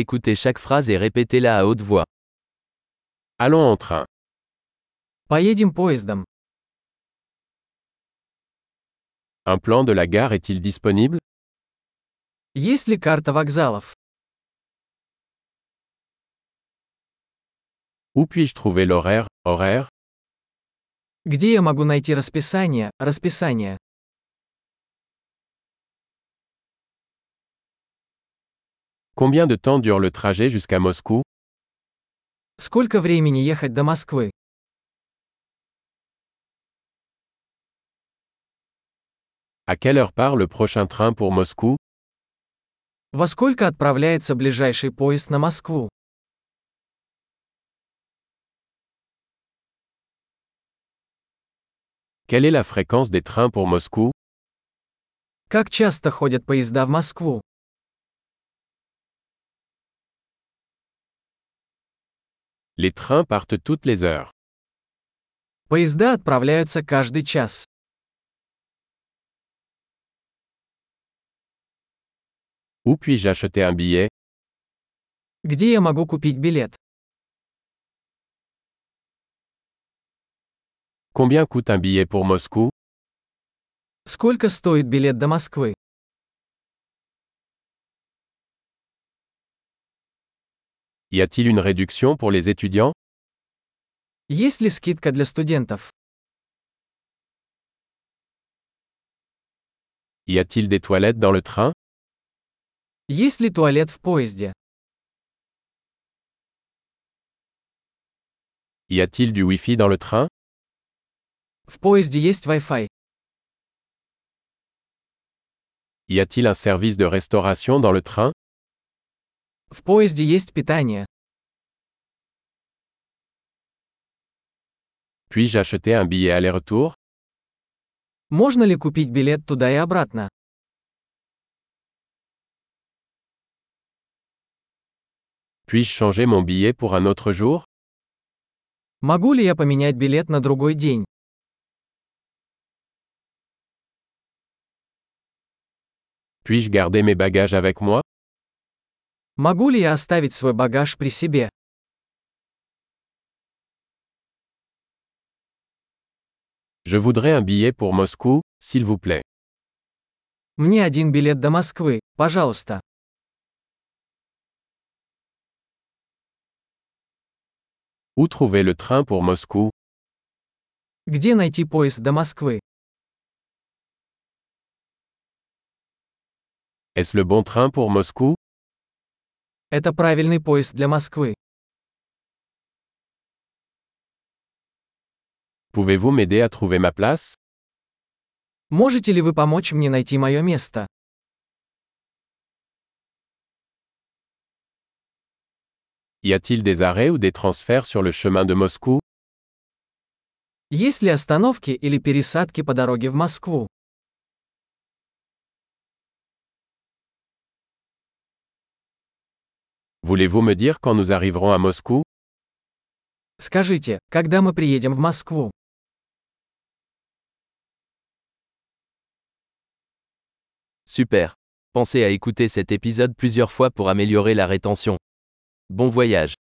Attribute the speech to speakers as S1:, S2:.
S1: Écoutez chaque phrase et répétez-la à haute voix.
S2: Allons en train.
S3: Поедем поездом.
S2: Un plan de la gare est-il disponible
S3: Есть ли карта вокзалов?
S2: Où puis-je trouver l'horaire Horaire
S3: Где я могу найти расписание? Расписание.
S2: Combien de temps dure le trajet jusqu'à Moscou
S3: Сколько времени ехать до Москвы?
S2: À quelle heure part le prochain train pour Moscou
S3: Во сколько отправляется ближайший поезд на Москву?
S2: Quelle est la fréquence des trains pour Moscou
S3: Как часто ходят поезда в Москву?
S2: Les trains partent toutes les heures.
S3: Поезда отправляются каждый час.
S2: Où puis-je acheter un billet
S3: Где я могу купить билет?
S2: Combien coûte un billet pour Moscou
S3: Сколько стоит билет до Москвы?
S2: Y a-t-il une réduction pour les étudiants
S3: Есть ли скидка для студентов?
S2: Y a-t-il des toilettes dans le train
S3: Есть ли туалет в поезде?
S2: Y a-t-il du Wi-Fi dans le train
S3: В поезде есть Wi-Fi.
S2: Y a-t-il un service de restauration dans le train
S3: В поезде есть питание.
S2: Puis-je acheter un billet aller-retour
S3: Можно ли купить билет туда и обратно?
S2: Puis-je changer mon billet pour un autre jour
S3: Могу ли я поменять билет на другой день?
S2: Puis-je garder mes bagages avec moi
S3: Могу ли я оставить свой багаж при себе?
S2: Je voudrais un billet pour Moscou, s'il vous plaît.
S3: Мне один билет до Москвы, пожалуйста.
S2: Où trouver le train pour Moscou
S3: Где найти поезд до Москвы?
S2: Est-ce le bon train pour Moscou
S3: Это правильный поезд для Москвы.
S2: Pouvez-vous m'aider à trouver ma place
S3: Можете ли вы помочь мне найти мое место?
S2: Y a-t-il des arrêts ou des transferts sur le chemin de Moscou
S3: Есть ли остановки или пересадки по дороге в Москву?
S2: Voulez-vous me dire quand nous arriverons à Moscou
S3: Скажите, когда мы приедем в Москву?
S1: Super. Pensez à écouter cet épisode plusieurs fois pour améliorer la rétention. Bon voyage.